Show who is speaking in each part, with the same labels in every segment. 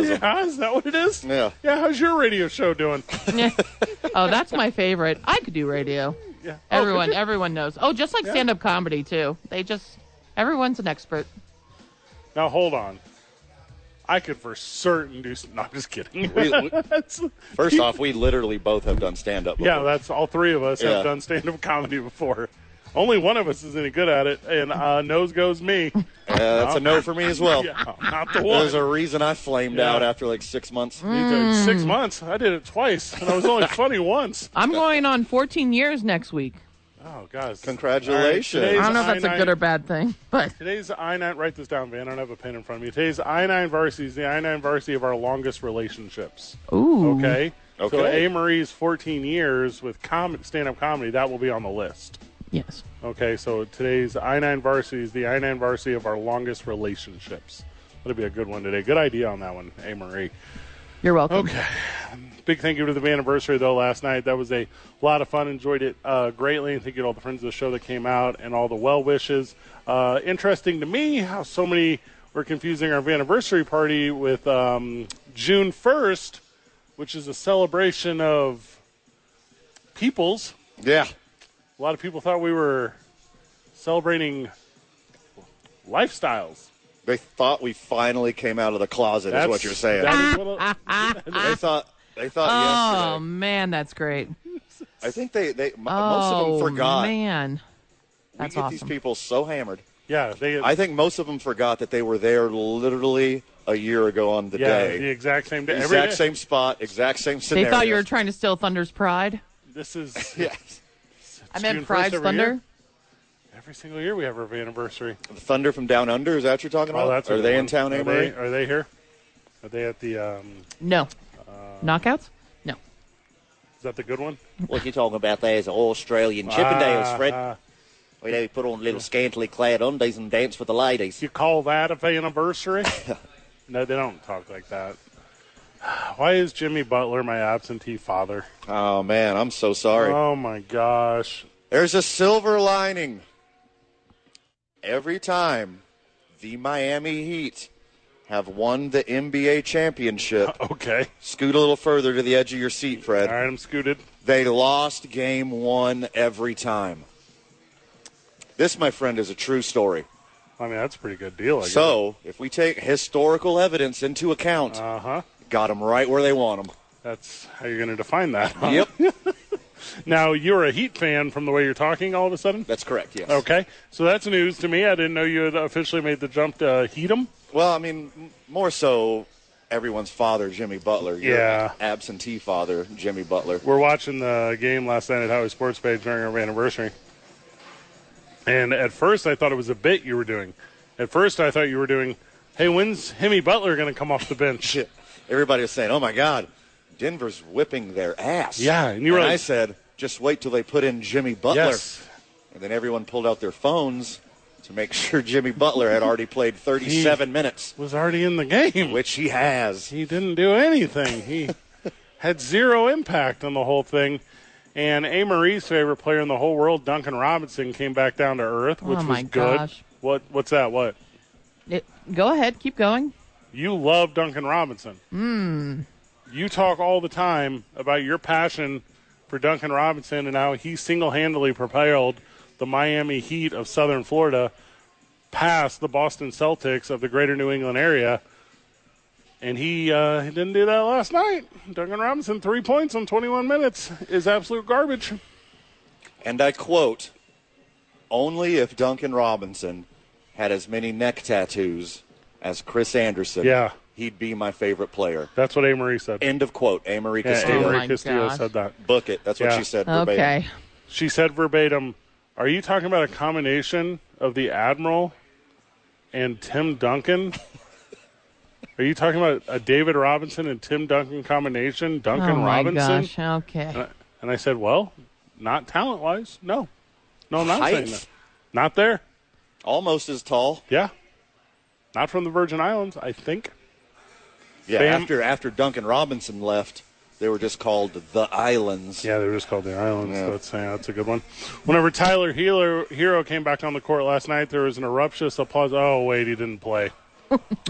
Speaker 1: Yeah, is that what it is?
Speaker 2: Yeah.
Speaker 1: Yeah, how's your radio show doing?
Speaker 3: oh, that's my favorite. I could do radio.
Speaker 1: Yeah. Oh,
Speaker 3: Everyone, everyone knows. Oh, just like
Speaker 1: Yeah.
Speaker 3: stand-up comedy too. They just everyone's an expert.
Speaker 1: Oh, now hold on. I could for certain do. Some, no, I'm just kidding.
Speaker 2: We- we-
Speaker 1: That's-
Speaker 2: first off, we literally both have done stand up.
Speaker 1: yeah, that's all three of us
Speaker 2: Yeah.
Speaker 1: have done stand-up comedy before. Only one of us is any good at it, and uh, nose goes me.
Speaker 2: uh, that's a no for me as well.
Speaker 1: yeah, not the one.
Speaker 2: There's a reason I flamed
Speaker 1: Yeah.
Speaker 2: out after like six months.
Speaker 3: Mm-hmm.
Speaker 1: You did Six months. I did it twice, and I was only funny once.
Speaker 3: I'm going on 14 years next week.
Speaker 1: Oh, guys. All
Speaker 2: Congratulations.
Speaker 1: right,
Speaker 3: I
Speaker 1: today's
Speaker 3: don't know if that's a
Speaker 1: I-9
Speaker 3: good or bad thing, but
Speaker 1: Today's I nine. Write this down, Van. I don't have a pen in front of me. Today's I nine varsity is the I nine varsity of our longest relationships.
Speaker 3: ooh,
Speaker 1: Okay. So
Speaker 2: Okay.
Speaker 1: A Marie's 14 years with com- stand-up comedy that will be on the list.
Speaker 3: yes,
Speaker 1: Okay. So today's I nine varsity is the I nine varsity of our longest relationships. That'll be a good one today. Good idea on that one, A Marie.
Speaker 3: you're welcome.
Speaker 1: Okay. Big thank you to the anniversary though last night. That was a lot of fun. Enjoyed it uh, greatly. And thank you to all the friends of the show that came out and all the well wishes. Uh, interesting to me how so many were confusing our anniversary party with um, June first, which is a celebration of peoples.
Speaker 2: Yeah.
Speaker 1: A lot of people thought we were celebrating lifestyles.
Speaker 2: They thought we finally came out of the closet, is what you're saying.
Speaker 1: that is what a-
Speaker 2: they thought. They thought
Speaker 3: Oh
Speaker 2: yesterday.
Speaker 3: man, that's great.
Speaker 2: I think they, they m-
Speaker 3: Oh
Speaker 2: most of them forgot.
Speaker 3: man, that's
Speaker 2: we get
Speaker 3: awesome.
Speaker 2: these people so hammered.
Speaker 1: yeah, they.
Speaker 2: I think most of them forgot that they were there literally a year ago on the
Speaker 1: yeah,
Speaker 2: day.
Speaker 1: the exact same day. Every
Speaker 2: exact
Speaker 1: day.
Speaker 2: same spot, exact same
Speaker 3: they
Speaker 2: scenario.
Speaker 3: thought you were trying to steal Thunder's pride.
Speaker 1: This is
Speaker 2: Yes.
Speaker 3: I
Speaker 1: It's June
Speaker 3: meant
Speaker 1: 1st
Speaker 3: Pride's
Speaker 1: every
Speaker 3: Thunder.
Speaker 1: year? Every single year we have our anniversary.
Speaker 2: Thunder from Down Under, is that what you're talking about?
Speaker 1: Oh, that's a
Speaker 2: Are
Speaker 1: good
Speaker 2: they
Speaker 1: one.
Speaker 2: in town,
Speaker 1: Are
Speaker 2: Amory?
Speaker 1: they, are they here? Are they at the? Um,
Speaker 3: No,
Speaker 1: Uh,
Speaker 3: knockouts. No,
Speaker 1: is that the good one?
Speaker 4: What you talking about there is Australian Chippendales,
Speaker 1: Ah,
Speaker 4: Fred.
Speaker 1: ah.
Speaker 4: we know you put on little scantily clad undies and dance with the ladies.
Speaker 1: you call that a anniversary? no, they don't talk like that. Why is Jimmy Butler my absentee father?
Speaker 2: Oh, man, I'm so sorry.
Speaker 1: Oh my gosh!
Speaker 2: There's a silver lining. Every time the Miami Heat have won the NBA championship,
Speaker 1: Okay,
Speaker 2: scoot a little further to the edge of your seat, Fred.
Speaker 1: all right, I'm scooted.
Speaker 2: They lost game one every time. This, my friend, is a true story.
Speaker 1: I mean, that's a pretty good deal. I guess.
Speaker 2: So, if we take historical evidence into account,
Speaker 1: uh huh.
Speaker 2: got them right where they want them.
Speaker 1: That's how you're going to define that. huh?
Speaker 2: Yep,
Speaker 1: Now you're a Heat fan from the way you're talking. All of a sudden.
Speaker 2: that's correct. Yes.
Speaker 1: Okay, so that's news to me. I didn't know you had officially made the jump to heat them.
Speaker 2: Well, I mean, m- more so, everyone's father, Jimmy Butler. Your
Speaker 1: Yeah.
Speaker 2: Absentee father, Jimmy Butler.
Speaker 1: We're watching the game last night at Highway Sports Page during our anniversary. And at first, I thought it was a bit you were doing. At first, I thought you were doing, hey, when's Hemi Butler going to come off the bench?
Speaker 2: Shit. Everybody was saying, "Oh my God, Denver's whipping their ass."
Speaker 1: Yeah, and you were like-
Speaker 2: I said, "Just wait till they put in Jimmy Butler."
Speaker 1: Yes.
Speaker 2: And then everyone pulled out their phones to make sure Jimmy Butler had already played 37 minutes,
Speaker 1: Was already in the game.
Speaker 2: which he has.
Speaker 1: He didn't do anything. He had zero impact on the whole thing. And A. Marie's favorite player in the whole world, Duncan Robinson, came back down to earth, which
Speaker 3: Oh, my
Speaker 1: was good.
Speaker 3: gosh.
Speaker 1: What? What's that? What?
Speaker 3: It- go ahead, keep going.
Speaker 1: You love Duncan Robinson. Mm. You talk all the time about your passion for Duncan Robinson and how he single handedly propelled the Miami Heat of Southern Florida past the Boston Celtics of the greater New England area. And he, uh, he didn't do that last night. Duncan Robinson, three points on 21 minutes, is absolute garbage.
Speaker 2: And I quote, "Only if Duncan Robinson had as many neck tattoos as Chris Anderson,
Speaker 1: Yeah.
Speaker 2: he'd be my favorite player."
Speaker 1: That's what A. Marie said.
Speaker 2: End of quote. Amory
Speaker 1: Yeah,
Speaker 2: Castillo.
Speaker 1: A.
Speaker 3: Oh
Speaker 1: Marie
Speaker 3: my
Speaker 1: Castillo
Speaker 3: gosh.
Speaker 1: said that.
Speaker 2: Book it. That's what
Speaker 1: Yeah.
Speaker 2: she said. verbatim.
Speaker 3: Okay,
Speaker 1: She said verbatim, "Are you talking about a combination of the Admiral and Tim Duncan? Are you talking about a David Robinson and Tim Duncan combination? Duncan
Speaker 3: oh my
Speaker 1: Robinson?"
Speaker 3: gosh, okay.
Speaker 1: And I said, "Well, not talent-wise, no, no, I'm not saying
Speaker 2: Height.
Speaker 1: that. Not there.
Speaker 2: Almost as tall.
Speaker 1: Yeah, not from the Virgin Islands, I think.
Speaker 2: Yeah,
Speaker 1: Bam.
Speaker 2: after after Duncan Robinson left, they were just called the Islands.
Speaker 1: Yeah, they were just called the Islands.
Speaker 2: Yeah.
Speaker 1: That's yeah, that's a good one. Whenever Tyler Healer, Hero came back on the court last night, there was an eruptious applause. Oh wait, he didn't play.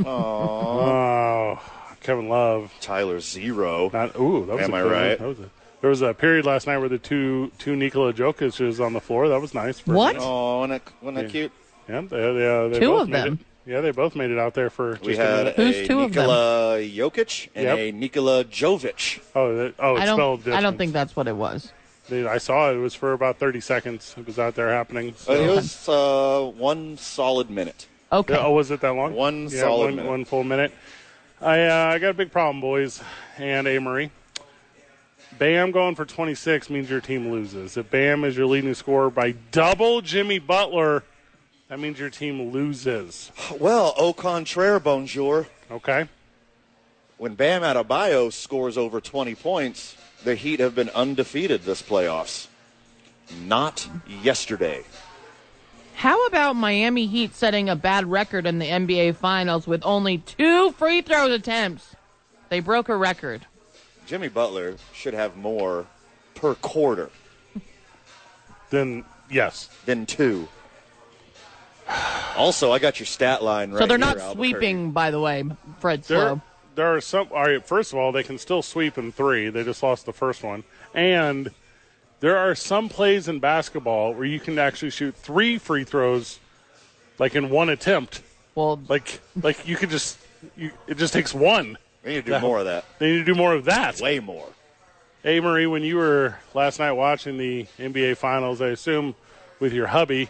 Speaker 1: oh, Kevin Love.
Speaker 2: Tyler Zero.
Speaker 1: Not ooh, that was
Speaker 2: Am
Speaker 1: a
Speaker 2: I
Speaker 1: good one.
Speaker 2: right?
Speaker 1: That was a, there was a period last night where the two two Nikola Jokic's on the floor. That was nice. for-
Speaker 3: What?
Speaker 2: Oh, and that, wasn't that cute?
Speaker 1: Yeah, they, they, uh, they
Speaker 3: Two
Speaker 1: both
Speaker 3: of
Speaker 1: made
Speaker 3: them.
Speaker 1: It. Yeah, they both made it out there for. Just
Speaker 2: We
Speaker 1: a
Speaker 2: had
Speaker 1: minute.
Speaker 3: Who's
Speaker 2: a
Speaker 3: two of them?
Speaker 2: Nikola Jokic and
Speaker 1: Yep.
Speaker 2: a Nikola Jovic.
Speaker 1: oh, that, oh, it's
Speaker 3: I
Speaker 1: spelled
Speaker 3: don't. I
Speaker 1: different.
Speaker 3: don't think that's what it was.
Speaker 1: They- I saw it. It was for about 30 seconds. It was out there happening. So.
Speaker 2: Uh, It was uh, one solid minute.
Speaker 3: Okay.
Speaker 1: Yeah, oh, was it that long?
Speaker 2: One
Speaker 1: yeah,
Speaker 2: solid
Speaker 1: one,
Speaker 2: minute.
Speaker 1: one full minute. I uh, I got a big problem, boys, and Amory. Bam going for 26 means your team loses. If Bam is your leading scorer by double Jimmy Butler, that means your team loses.
Speaker 2: Well, au contraire, bonjour.
Speaker 1: Okay.
Speaker 2: When Bam Adebayo scores over 20 points, the Heat have been undefeated this playoffs. Not yesterday.
Speaker 3: How about Miami Heat setting a bad record in the NBA Finals with only two free throws attempts? They broke a record.
Speaker 2: Jimmy Butler should have more per quarter
Speaker 1: Then yes,
Speaker 2: than two. Also, I got your stat line right.
Speaker 3: so they're
Speaker 2: here,
Speaker 3: not
Speaker 2: Albuquerque.
Speaker 3: sweeping, by the way, Fred
Speaker 1: there
Speaker 3: Slow.
Speaker 1: there are some. All right. First of all, they can still sweep in three. They just lost the first one, and there are some plays in basketball where you can actually shoot three free throws, like in one attempt.
Speaker 3: Well,
Speaker 1: Like like you could just you, it just takes one.
Speaker 2: We need to do more of that.
Speaker 1: They need to do more of that.
Speaker 2: Way more.
Speaker 1: Hey Marie, when you were last night watching the NBA finals, I assume with your hubby,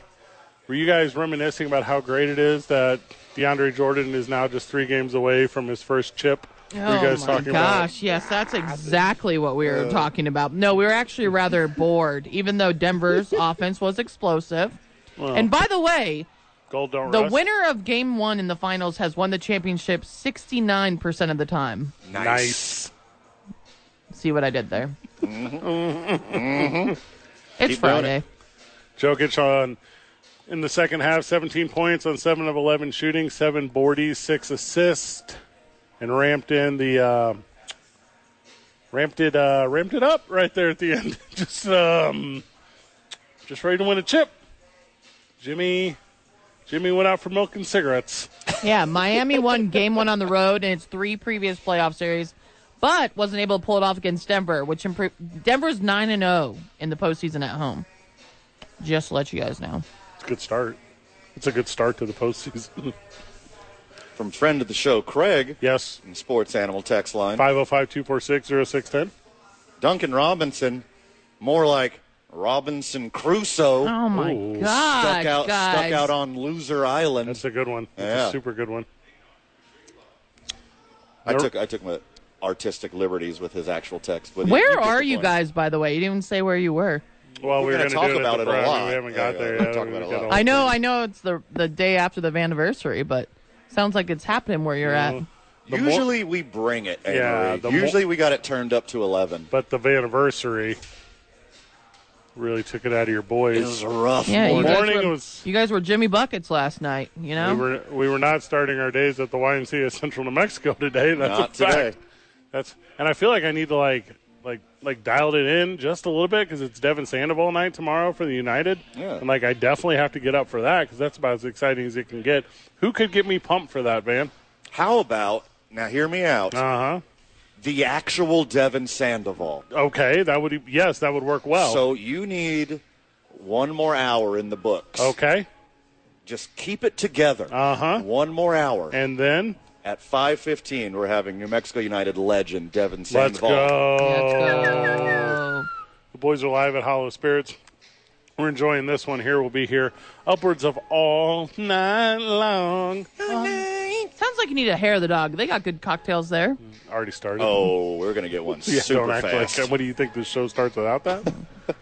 Speaker 1: were you guys reminiscing about how great it is that DeAndre Jordan is now just three games away from his first chip? were you
Speaker 3: oh
Speaker 1: guys
Speaker 3: my
Speaker 1: talking
Speaker 3: gosh, yes, that's exactly what we were talking about. No, we were actually rather bored, even though Denver's offense was explosive. and by the way,
Speaker 1: about gold don't
Speaker 3: the
Speaker 1: rust?
Speaker 3: winner of Game One in the finals has won the championship 69% of the time.
Speaker 1: Nice.
Speaker 3: See what I did there? Mm-hmm. It's
Speaker 2: doing it.
Speaker 3: Friday.
Speaker 1: Jokic on in the second half, 17 points on 7 of 11 shooting, 7 boardies, 6 assists, and ramped in the uh, ramped it uh, ramped it up right there at the end. just um, just ready to win a chip. Jimmy Jimmy went out for milk and cigarettes.
Speaker 3: Yeah, Miami won game one on the road in its three previous playoff series, but wasn't able to pull it off against Denver, which improved. Denver's 9 and 0 in the postseason at home. Just to let you guys know.
Speaker 1: It's a good start. It's a good start to the postseason.
Speaker 2: From friend of the show, Craig,
Speaker 1: yes.
Speaker 2: in Sports Animal Text Line.
Speaker 1: 505 246 0610.
Speaker 2: Duncan Robinson, more like Robinson Crusoe,
Speaker 3: Oh my
Speaker 1: Ooh.
Speaker 3: God.
Speaker 2: stuck out
Speaker 3: Ah, guys.
Speaker 2: stuck out on Loser Island.
Speaker 1: That's a good one. That's
Speaker 2: Yeah.
Speaker 1: a super good one.
Speaker 2: I took I took my artistic liberties with his actual text. But he- he
Speaker 3: Where
Speaker 2: gets
Speaker 3: are
Speaker 2: the
Speaker 3: you
Speaker 2: point.
Speaker 3: guys, by the way? You didn't even say where you were.
Speaker 1: Well,
Speaker 2: We're
Speaker 1: we were
Speaker 2: gonna
Speaker 1: going
Speaker 2: talk
Speaker 1: to
Speaker 2: about it a
Speaker 1: the Pride,
Speaker 2: lot.
Speaker 1: We haven't got there
Speaker 2: Yeah, we're
Speaker 1: yet.
Speaker 2: gonna talk about it a
Speaker 1: We've got
Speaker 2: lot.
Speaker 1: all-
Speaker 3: I know, I know it's the the day after the anniversary, but sounds like it's happening where you're
Speaker 2: Mm-hmm.
Speaker 3: at.
Speaker 1: more-
Speaker 2: Usually we bring it. Anne
Speaker 1: Yeah,
Speaker 2: Marie.
Speaker 1: the more-
Speaker 2: Usually we got it turned up to eleven.
Speaker 1: But the anniversary really took it out of your
Speaker 2: It
Speaker 1: boys.
Speaker 2: was a rough
Speaker 3: Yeah, you
Speaker 2: morning.
Speaker 3: guys,
Speaker 1: morning
Speaker 3: were,
Speaker 1: was-
Speaker 3: you guys were Jimmy Buckets last night, you know?
Speaker 1: We were we were not starting our days at the YMCA of Central New Mexico today. That's
Speaker 2: Not
Speaker 1: a fact.
Speaker 2: today.
Speaker 1: That's and I feel like I need to like like like dialed it in just a little bit because it's Devin Sandoval night tomorrow for the United.
Speaker 2: Yeah.
Speaker 1: And like I definitely have to get up for that because that's about as exciting as it can get. Who could get me pumped for that, man?
Speaker 2: How about now? Hear me out.
Speaker 1: Uh huh.
Speaker 2: the actual Devin Sandoval.
Speaker 1: Okay, that would yes, that would work well.
Speaker 2: So you need one more hour in the books.
Speaker 1: okay,
Speaker 2: Just keep it together.
Speaker 1: Uh-huh.
Speaker 2: One more hour.
Speaker 1: and then
Speaker 2: At 5:15, we're having New Mexico United legend Devin
Speaker 1: let's
Speaker 2: Sandoval.
Speaker 1: go.
Speaker 3: Let's go.
Speaker 1: The boys are live at Hollow Spirits. We're enjoying this one here. We'll be here upwards of all night long.
Speaker 3: Sounds like you need a hair of the dog. They got good cocktails
Speaker 2: Mm,
Speaker 3: there.
Speaker 1: Already started.
Speaker 2: Oh, we're gonna get one
Speaker 1: yeah,
Speaker 2: super
Speaker 1: don't act
Speaker 2: fast.
Speaker 1: like. What do you think this show starts without that?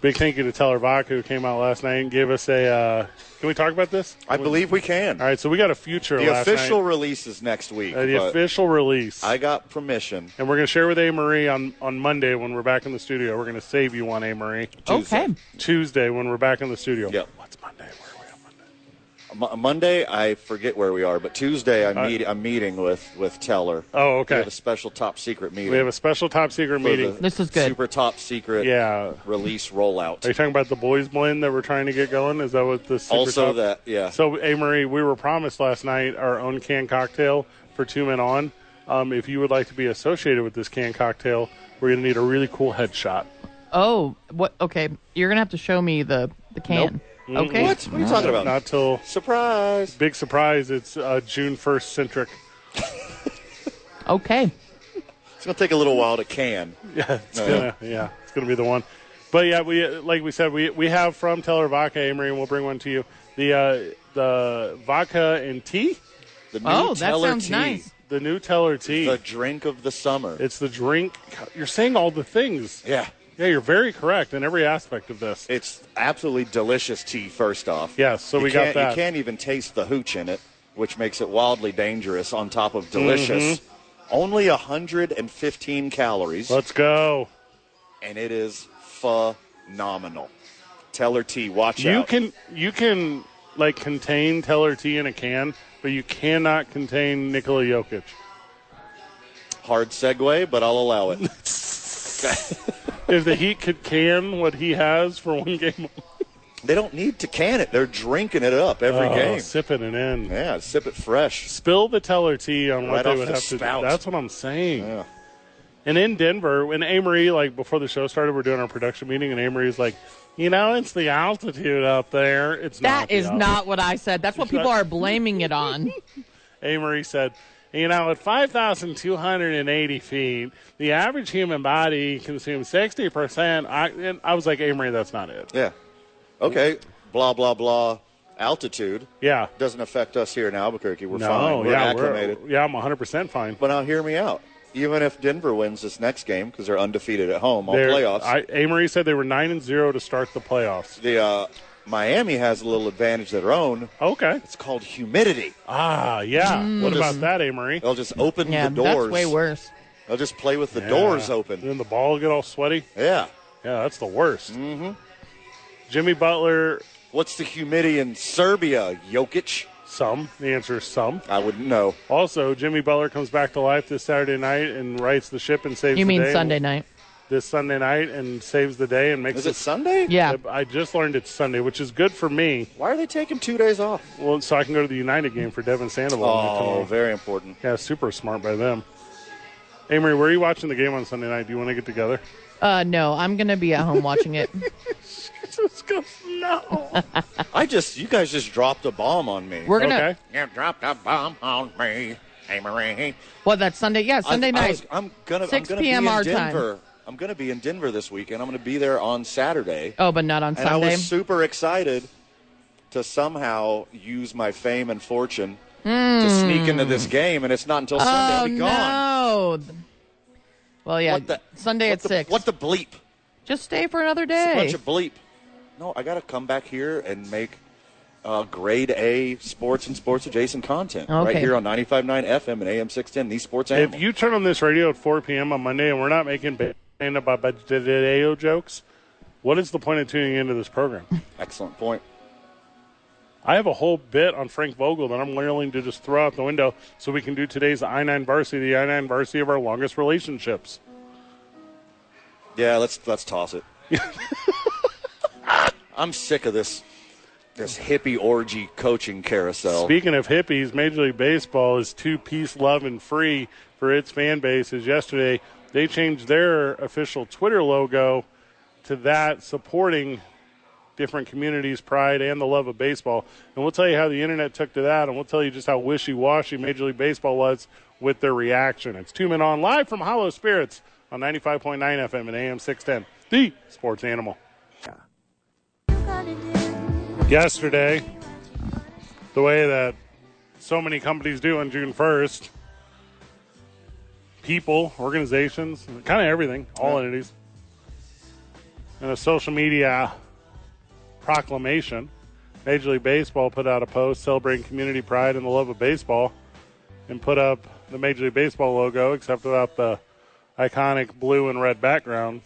Speaker 1: Big thank you to Teller Vaca who came out last night and gave us a. Uh, can we talk about this?
Speaker 2: I believe we can.
Speaker 1: All right, so we got a future.
Speaker 2: the
Speaker 1: last
Speaker 2: official
Speaker 1: night.
Speaker 2: release is next week.
Speaker 1: Uh, the
Speaker 2: but
Speaker 1: official release.
Speaker 2: I got permission.
Speaker 1: and we're going to share with A. Marie on, on Monday when we're back in the studio. We're going to save you one, A. Marie.
Speaker 2: Tuesday.
Speaker 3: Okay.
Speaker 1: Tuesday when we're back in the studio.
Speaker 2: Yep.
Speaker 1: What's Monday? Where are we on Monday?
Speaker 2: Mo- Monday, I forget where we are, but Tuesday, I'm, meet- I'm meeting with with Teller.
Speaker 1: Uh, Oh,
Speaker 2: We
Speaker 1: okay.
Speaker 2: have a special top secret meeting.
Speaker 1: We have a special top secret
Speaker 2: for
Speaker 1: meeting.
Speaker 2: the
Speaker 3: This is good.
Speaker 2: Super top secret.
Speaker 1: Yeah.
Speaker 2: Release rollout.
Speaker 1: Are you talking about the boys blend that we're trying to get going? Is that what the super
Speaker 2: also
Speaker 1: top-
Speaker 2: that yeah.
Speaker 1: So, A Marie, we were promised last night our own canned cocktail for two men on. Um, if you would like to be associated with this canned cocktail, we're going to need a really cool headshot.
Speaker 3: Oh, what? Okay, you're gonna have to show me the the can. Okay.
Speaker 2: What? What are you talking about?
Speaker 1: Not till
Speaker 2: Surprise.
Speaker 1: big surprise. It's uh, June 1st centric.
Speaker 3: Okay.
Speaker 2: It's going to take a little while to can.
Speaker 1: Yeah, it's
Speaker 2: Oh, yeah.
Speaker 1: gonna, yeah. it's gonna be the one. But yeah, we like we said, we we have from Teller Vodka, Amory, and we'll bring one to you. The uh, the vodka and tea,
Speaker 2: The new
Speaker 3: Oh, that
Speaker 2: Teller
Speaker 3: sounds
Speaker 2: tea,
Speaker 3: nice.
Speaker 1: the new Teller tea.
Speaker 2: The drink of the summer.
Speaker 1: it's the drink. You're saying all the things.
Speaker 2: yeah.
Speaker 1: Yeah, you're very correct in every aspect of this.
Speaker 2: It's absolutely delicious tea, first off.
Speaker 1: Yes, so
Speaker 2: You
Speaker 1: we got
Speaker 2: can't-
Speaker 1: that.
Speaker 2: You can't even taste the hooch in it, which makes it wildly dangerous on top of delicious. Only 115 calories,
Speaker 1: Mm-hmm. Let's go.
Speaker 2: and it is phenomenal. Teller tea, watch
Speaker 1: You
Speaker 2: out.
Speaker 1: can you can like contain Teller tea in a can, but you cannot contain Nikola Jokic.
Speaker 2: Hard segue, but I'll allow it.
Speaker 1: If the Heat could can what he has for one game,
Speaker 2: they don't need to can it. They're drinking it up every
Speaker 1: oh,
Speaker 2: game.
Speaker 1: sipping it in.
Speaker 2: Yeah, sip it fresh.
Speaker 1: spill the teller tea on what
Speaker 2: Right
Speaker 1: they
Speaker 2: off
Speaker 1: would
Speaker 2: the
Speaker 1: have
Speaker 2: spout.
Speaker 1: to do. That's what I'm saying.
Speaker 2: Yeah.
Speaker 1: And in Denver, when Amory, like before the show started, we're doing our production meeting, and Amory's like, you know, it's the altitude up there. It's not
Speaker 3: That
Speaker 1: the
Speaker 3: is
Speaker 1: altitude."
Speaker 3: not what I said. That's what people are blaming it on.
Speaker 1: Amory said, you know, at 5,280 feet, the average human body consumes 60 percent. I and I was like, Amory, that's not it.
Speaker 2: Yeah. Okay. Blah blah blah. Altitude
Speaker 1: Yeah.
Speaker 2: doesn't affect us here in Albuquerque. We're
Speaker 1: no.
Speaker 2: fine. We're
Speaker 1: yeah.
Speaker 2: acclimated.
Speaker 1: yeah. I'm 100 percent fine.
Speaker 2: But now hear me out. Even if Denver wins this next game because they're undefeated at home all
Speaker 1: They're-
Speaker 2: playoffs,
Speaker 1: I, Amory said they were nine and zero to start the playoffs.
Speaker 2: the uh, Miami has a little advantage of their own.
Speaker 1: Okay.
Speaker 2: It's called humidity.
Speaker 1: Ah, yeah.
Speaker 2: Mm.
Speaker 1: What about that, Amory?
Speaker 2: They'll just open
Speaker 3: Yeah,
Speaker 2: the doors.
Speaker 3: that's way worse.
Speaker 2: They'll just play with the doors
Speaker 1: And
Speaker 2: open.
Speaker 1: then the ball get all sweaty.
Speaker 2: Yeah.
Speaker 1: Yeah, that's the worst. Mm-hmm. Jimmy Butler,
Speaker 2: What's the humidity in Serbia, Jokic?
Speaker 1: some. The answer is some.
Speaker 2: I wouldn't know.
Speaker 1: Also, Jimmy Butler comes back to life this Saturday night and rights the ship and saves
Speaker 3: You
Speaker 1: the
Speaker 3: mean
Speaker 1: day.
Speaker 3: Sunday night?
Speaker 1: This Sunday night and saves the day and makes
Speaker 2: Is it Sunday?
Speaker 3: Yeah.
Speaker 1: I just learned it's Sunday, which is good for me.
Speaker 2: Why are they taking two days off?
Speaker 1: Well, so I can go to the United game for Devin Sandoval.
Speaker 2: Oh, very important.
Speaker 1: yeah, super smart by them. Amory, where are you watching the game on Sunday night? Do you want to get together?
Speaker 3: Uh, no, I'm gonna be at home watching it.
Speaker 1: Just goes, no.
Speaker 2: I just, you guys just dropped a bomb on me.
Speaker 3: We're gonna.
Speaker 1: okay.
Speaker 5: You dropped a bomb on me, Amory.
Speaker 3: Well, that's Sunday. Yeah, Sunday
Speaker 2: I,
Speaker 3: night.
Speaker 2: I was, I'm gonna, I'm
Speaker 3: 6
Speaker 2: gonna
Speaker 3: p.m.
Speaker 2: be in
Speaker 3: our time.
Speaker 2: Denver. I'm gonna be in Denver this weekend. I'm gonna be there on Saturday,
Speaker 3: oh, but not on
Speaker 2: and I
Speaker 3: Sunday.
Speaker 2: was super excited to somehow use my fame and fortune to sneak into this game, and it's not until Sunday
Speaker 3: Hmm. oh
Speaker 2: I'll be gone.
Speaker 3: no. Well, yeah.
Speaker 2: What the-
Speaker 3: Sunday
Speaker 2: what
Speaker 3: at
Speaker 2: the-
Speaker 3: six.
Speaker 2: What the bleep?
Speaker 3: Just stay for another
Speaker 2: It's a
Speaker 3: day.
Speaker 2: bunch of bleep. No, I gotta come back here and make. Uh, grade A sports and sports adjacent content right
Speaker 3: Okay.
Speaker 2: here on 95.9 FM and AM 610. These sports
Speaker 1: If
Speaker 2: animal.
Speaker 1: you turn on this radio at 4 p.m. on Monday and we're not making banana babadeo jokes, what is the point of tuning into this program?
Speaker 2: Excellent point.
Speaker 1: I have a whole bit on Frank Vogel that I'm willing to just throw out the window so we can do today's I 9 varsity, the I 9 varsity of our longest relationships.
Speaker 2: Yeah, let's let's toss it. I'm sick of this this hippie orgy coaching carousel.
Speaker 1: Speaking of hippies, Major League Baseball is two piece love and free for its fan base. As yesterday, they changed their official Twitter logo to that supporting different communities' pride and the love of baseball. And we'll tell you how the internet took to that, and we'll tell you just how wishy washy Major League Baseball was with their reaction. It's two men on live from Hollow Spirits on 95.9 FM and AM 610, the sports animal. Yesterday, the way that so many companies do on June 1st. People, organizations, kind of everything, all entities, in a social media proclamation, Major League Baseball put out a post celebrating community pride and the love of baseball and put up the Major League Baseball logo, except without the iconic blue and red background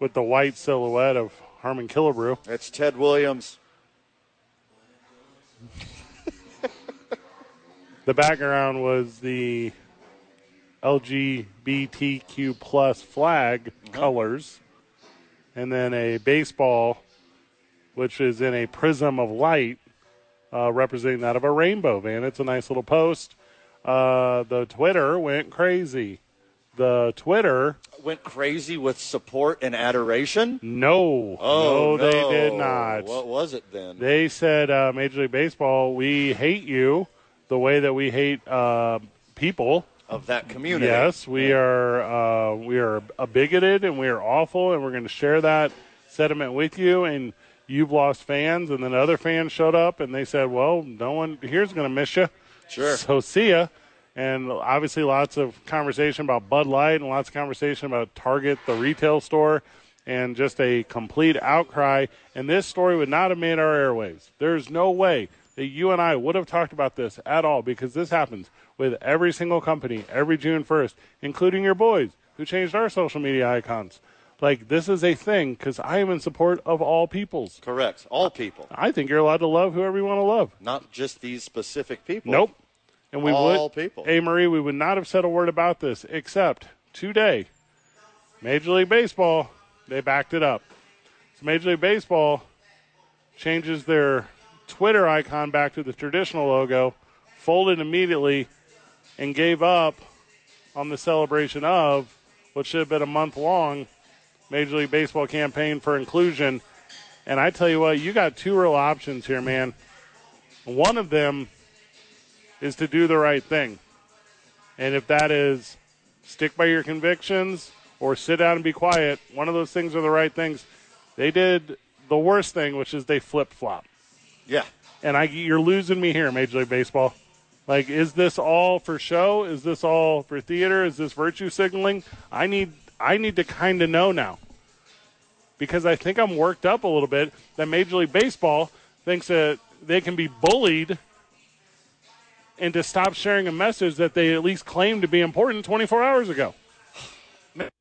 Speaker 1: with the white silhouette of Harmon Killebrew.
Speaker 2: It's Ted Williams.
Speaker 1: the background was the LGBTQ plus flag
Speaker 2: Uh-huh.
Speaker 1: colors, and then a baseball, which is in a prism of light, uh, representing that of a rainbow. Man, it's a nice little post. Uh, the Twitter went crazy. The Twitter,
Speaker 2: Went crazy with support and adoration.
Speaker 1: no, no,
Speaker 2: Oh,
Speaker 1: they did not.
Speaker 2: What was it then?
Speaker 1: They said, uh, Major League Baseball, we hate you the way that we hate uh, people.
Speaker 2: of that community.
Speaker 1: Yes, we are. Uh, we are a bigoted and we are awful, and we're going to share that sentiment with you. And you've lost fans, and then other fans showed up and they said, "Well, no one here's going to miss you."
Speaker 2: Sure.
Speaker 1: So see ya. And obviously, lots of conversation about Bud Light and lots of conversation about Target, the retail store, and just a complete outcry. And this story would not have made our airwaves. There's no way that you and I would have talked about this at all because this happens with every single company every June 1st, including your boys who changed our social media icons. Like, this is a thing because I am in support of all peoples.
Speaker 2: Correct. All people,
Speaker 1: I think you're allowed to love whoever you want to love.
Speaker 2: not just these specific people.
Speaker 1: Nope. And we
Speaker 2: All
Speaker 1: would,
Speaker 2: people.
Speaker 1: Hey, Marie, we would not have said a word about this except today, Major League Baseball, they backed it up. So Major League Baseball changes their Twitter icon back to the traditional logo, folded immediately, and gave up on the celebration of what should have been a month long Major League Baseball campaign for inclusion. And I tell you what, you got two real options here, man. One of them is to do the right thing. And if that is stick by your convictions or sit down and be quiet, one of those things are the right things. They did the worst thing, which is they flip flop.
Speaker 2: Yeah.
Speaker 1: And I, you're losing me here, Major League Baseball. Like, is this all for show? Is this all for theater? Is this virtue signaling? I need, I need to kind of know now, because I think I'm worked up a little bit that Major League Baseball thinks that they can be bullied and to stop sharing a message that they at least claimed to be important 24 hours ago.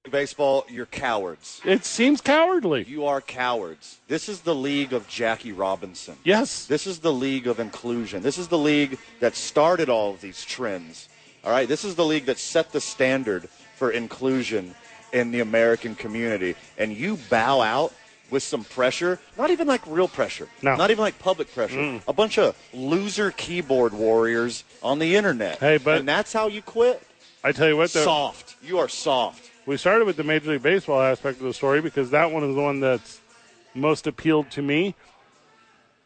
Speaker 2: Baseball, you're cowards.
Speaker 1: It seems cowardly.
Speaker 2: You are cowards. This is the league of Jackie Robinson.
Speaker 1: Yes.
Speaker 2: This is the league of inclusion. This is the league that started all of these trends. All right, this is the league that set the standard for inclusion in the American community. And you bow out with some pressure, not even like real pressure,
Speaker 1: No. Mm.
Speaker 2: not even like public pressure. A bunch of loser keyboard warriors on the internet.
Speaker 1: Hey, but-
Speaker 2: and that's how you quit.
Speaker 1: I tell you what, though,
Speaker 2: soft. You are soft.
Speaker 1: we started with the Major League Baseball aspect of the story because that one is the one that's most appealed to me.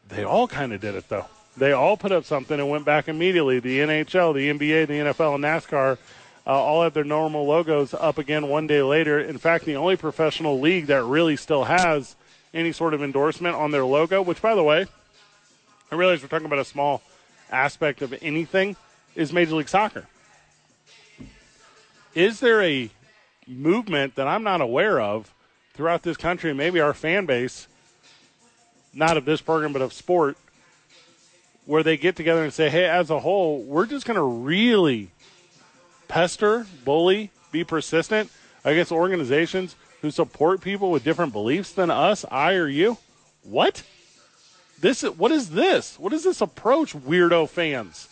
Speaker 1: They all kind of did it, though. They all put up something and went back immediately. The NHL, the NBA, the NFL, and NASCAR uh, all had their normal logos up again one day later. In fact, the only professional league that really still has any sort of endorsement on their logo, which, by the way, I realize we're talking about a small aspect of anything, is Major League Soccer. Is there a movement that I'm not aware of throughout this country, and maybe our fan base, not of this program, but of sport, where they get together and say, hey, as a whole, we're just going to really pester, bully, be persistent against organizations who support people with different beliefs than us, I or you? What? This is, what is this? What is this approach, weirdo fans?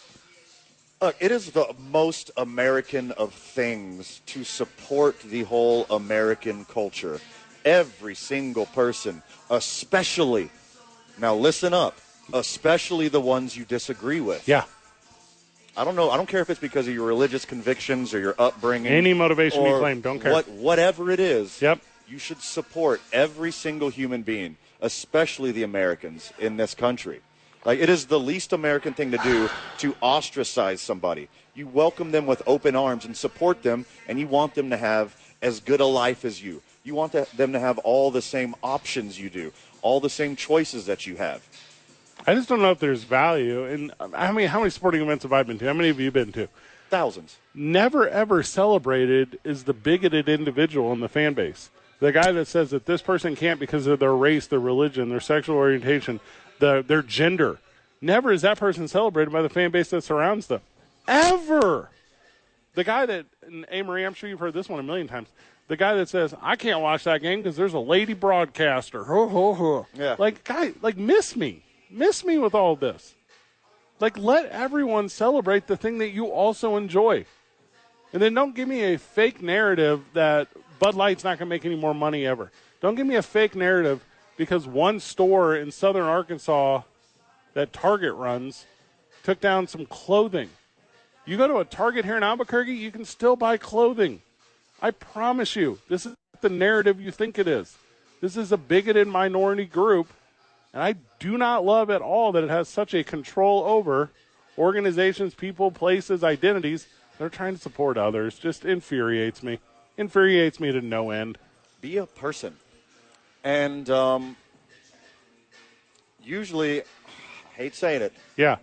Speaker 2: Look, it is the most American of things to support the whole American culture. Every single person, especially, now listen up, especially the ones you disagree with.
Speaker 1: Yeah.
Speaker 2: I don't know. I don't care if it's because of your religious convictions or your upbringing.
Speaker 1: Any motivation you
Speaker 2: or
Speaker 1: claim, don't care.
Speaker 2: What, whatever it is,
Speaker 1: Yep.
Speaker 2: you should support every single human being, especially the Americans in this country. Like, it is the least American thing to do to ostracize somebody. You welcome them with open arms and support them, and you want them to have as good a life as you. You want that- them to have all the same options you do, all the same choices that you have.
Speaker 1: I just don't know if there's value. And um, how many how many sporting events have I been to? How many have you been to?
Speaker 2: Thousands.
Speaker 1: Never ever celebrated is the bigoted individual in the fan base. The guy that says that this person can't because of their race, their religion, their sexual orientation, the, their gender. Never is that person celebrated by the fan base that surrounds them. Ever. The guy that, and A. Marie, I'm sure you've heard this one a million times. The guy that says, I can't watch that game because there's a lady broadcaster. Ho, ho, ho.
Speaker 2: Yeah.
Speaker 1: Like, guy, like, miss me. Miss me with all this. Like, let everyone celebrate the thing that you also enjoy. And then don't give me a fake narrative that Bud Light's not going to make any more money ever. Don't give me a fake narrative because one store in southern Arkansas that Target runs took down some clothing You go to a Target here in Albuquerque, you can still buy clothing. I promise you, this is not the narrative you think it is. This is a bigoted minority group, and I do not love at all that it has such a control over organizations, people, places, identities. They're trying to support others. Just infuriates me. Infuriates me to no end.
Speaker 2: be a person. And um, usually, I hate saying it,
Speaker 1: Yeah.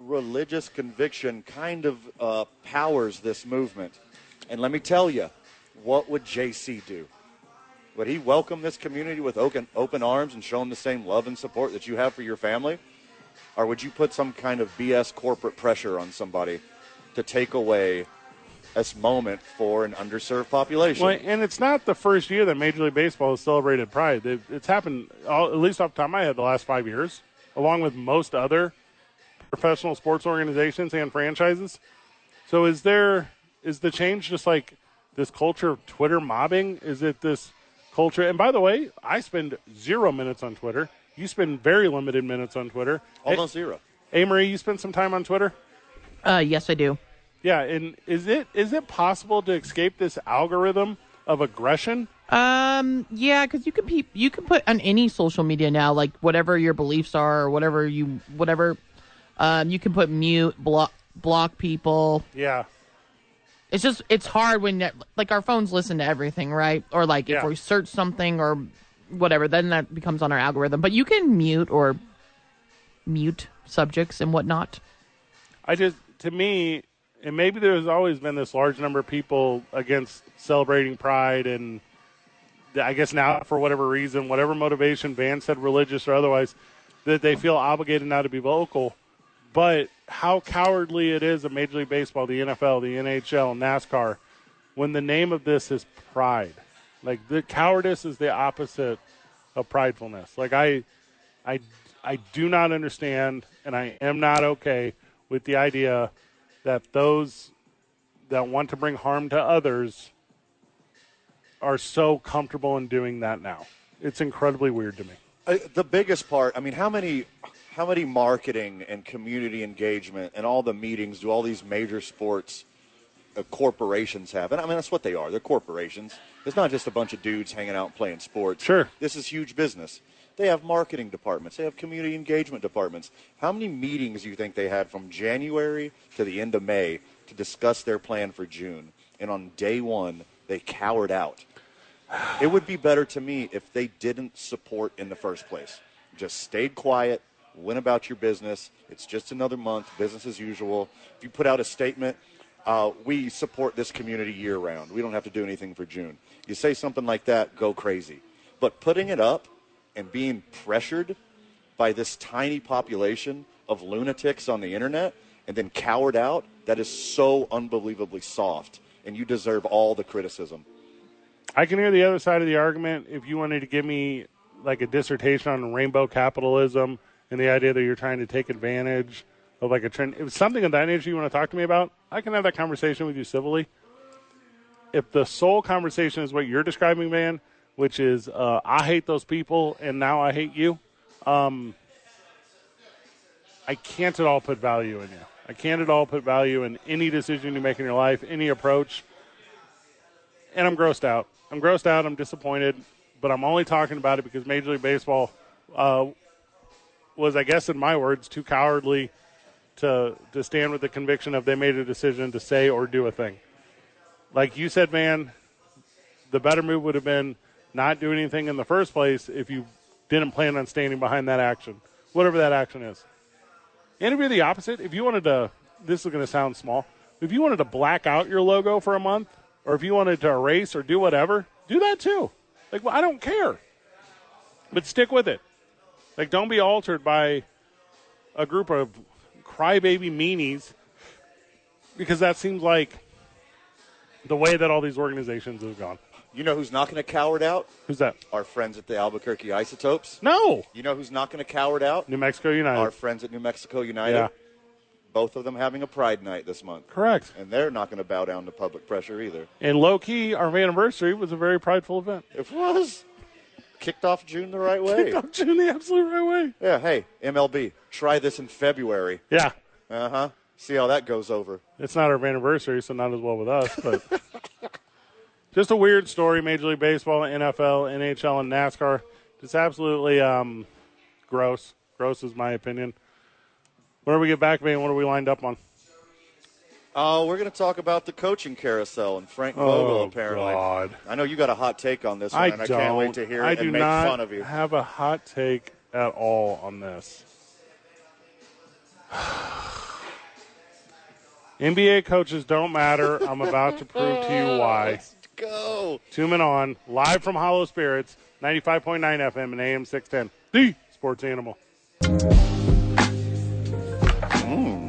Speaker 2: religious conviction kind of uh, powers this movement. And let me tell you, what would JC do? Would he welcome this community with open, open arms and show them the same love and support that you have for your family? Or would you put some kind of BS corporate pressure on somebody to take away this moment for an underserved population?
Speaker 1: Well, and it's not the first year that Major League Baseball has celebrated Pride. It, it's happened, all, at least off the top of my head, the last five years, along with most other professional sports organizations and franchises. So, is there is the change just like this culture of Twitter mobbing? Is it this culture? And by the way, I spend zero minutes on Twitter. You spend very limited minutes on Twitter.
Speaker 2: Almost zero.
Speaker 1: Hey, Marie, you spend some time on Twitter.
Speaker 3: Uh, yes, I do.
Speaker 1: Yeah, and is it is it possible to escape this algorithm of aggression?
Speaker 3: Um, yeah, because you can pe- you can put on any social media now, like whatever your beliefs are or whatever you whatever. Um, you can put mute, block, block people.
Speaker 1: Yeah.
Speaker 3: It's just it's hard when that- like our phones listen to everything, right? Or like if
Speaker 1: Yeah.
Speaker 3: we search something or whatever, then that becomes on our algorithm. But you can mute or mute subjects and whatnot.
Speaker 1: I just, to me, and maybe there's always been this large number of people against celebrating Pride, and th- I guess now for whatever reason, whatever motivation, Van said religious or otherwise, that they feel obligated now to be vocal. But how cowardly it is of Major League Baseball, the NFL, the NHL, NASCAR, when the name of this is pride. Like the cowardice is the opposite of pridefulness. Like I, I, I do not understand, and I am not okay with the idea that those that want to bring harm to others are so comfortable in doing that now. It's incredibly weird to me.
Speaker 2: Uh, the biggest part i mean how many how many marketing and community engagement and all the meetings do all these major sports uh, corporations have and i mean that's what they are they're corporations it's not just a bunch of dudes hanging out and playing sports
Speaker 1: Sure.
Speaker 2: this is huge business they have marketing departments they have community engagement departments how many meetings do you think they had from january to the end of may to discuss their plan for june and on day one they cowered out it would be better to me if they didn't support in the first place. Just stayed quiet, went about your business. It's just another month, business as usual. If you put out a statement, uh, we support this community year round. We don't have to do anything for June. You say something like that, go crazy. But putting it up and being pressured by this tiny population of lunatics on the internet and then cowered out, that is so unbelievably soft. And you deserve all the criticism.
Speaker 1: I can hear the other side of the argument. If you wanted to give me like a dissertation on rainbow capitalism and the idea that you're trying to take advantage of like a trend, if it's something of that nature you want to talk to me about, I can have that conversation with you civilly. If the sole conversation is what you're describing, man, which is uh, I hate those people and now I hate you, um, I can't at all put value in you. I can't at all put value in any decision you make in your life, any approach and I'm grossed out. I'm grossed out. I'm disappointed, but I'm only talking about it because Major League Baseball uh, was, I guess, in my words, too cowardly to to stand with the conviction of they made a decision to say or do a thing. Like you said, man, the better move would have been not do anything in the first place if you didn't plan on standing behind that action, whatever that action is. And if you're the opposite, if you wanted to, this is going to sound small. If you wanted to black out your logo for a month, or if you wanted to erase or do whatever, do that too. Like, well, I don't care. But stick with it. Like, don't be altered by a group of crybaby meanies, because that seems like the way that all these organizations have gone.
Speaker 2: You know who's not going to coward out?
Speaker 1: Who's that?
Speaker 2: Our friends at the Albuquerque Isotopes.
Speaker 1: No,
Speaker 2: You know who's not going to coward out?
Speaker 1: New Mexico United.
Speaker 2: Our friends at New Mexico United.
Speaker 1: Yeah.
Speaker 2: Both of them having a Pride Night this month.
Speaker 1: Correct.
Speaker 2: And they're not going to bow down to public pressure either.
Speaker 1: And low key, our anniversary was a very prideful event.
Speaker 2: It was kicked off June the right way.
Speaker 1: Don't you in the absolute right way.
Speaker 2: yeah, hey, MLB, try this in February.
Speaker 1: Yeah.
Speaker 2: Uh huh. See how that goes over.
Speaker 1: It's not our anniversary, so not as well with us, but just a weird story. Major League Baseball, NFL, NHL, and NASCAR. Just absolutely um, gross. Gross is my opinion. When do we get back, man? What are we lined up on?
Speaker 2: Oh, we're going to talk about the coaching carousel and Frank Vogel.
Speaker 1: Oh,
Speaker 2: apparently,
Speaker 1: God.
Speaker 2: I know you got a hot take on this one, and I can't wait to hear
Speaker 1: I
Speaker 2: it
Speaker 1: do
Speaker 2: and make
Speaker 1: not
Speaker 2: fun of you.
Speaker 1: have a hot take at all on this. NBA coaches don't matter. I'm about to prove to you why.
Speaker 2: Go.
Speaker 1: Tune in on live from Hollow Spirits, 95.9 FM and AM 610. The Sports Animal. Hmm.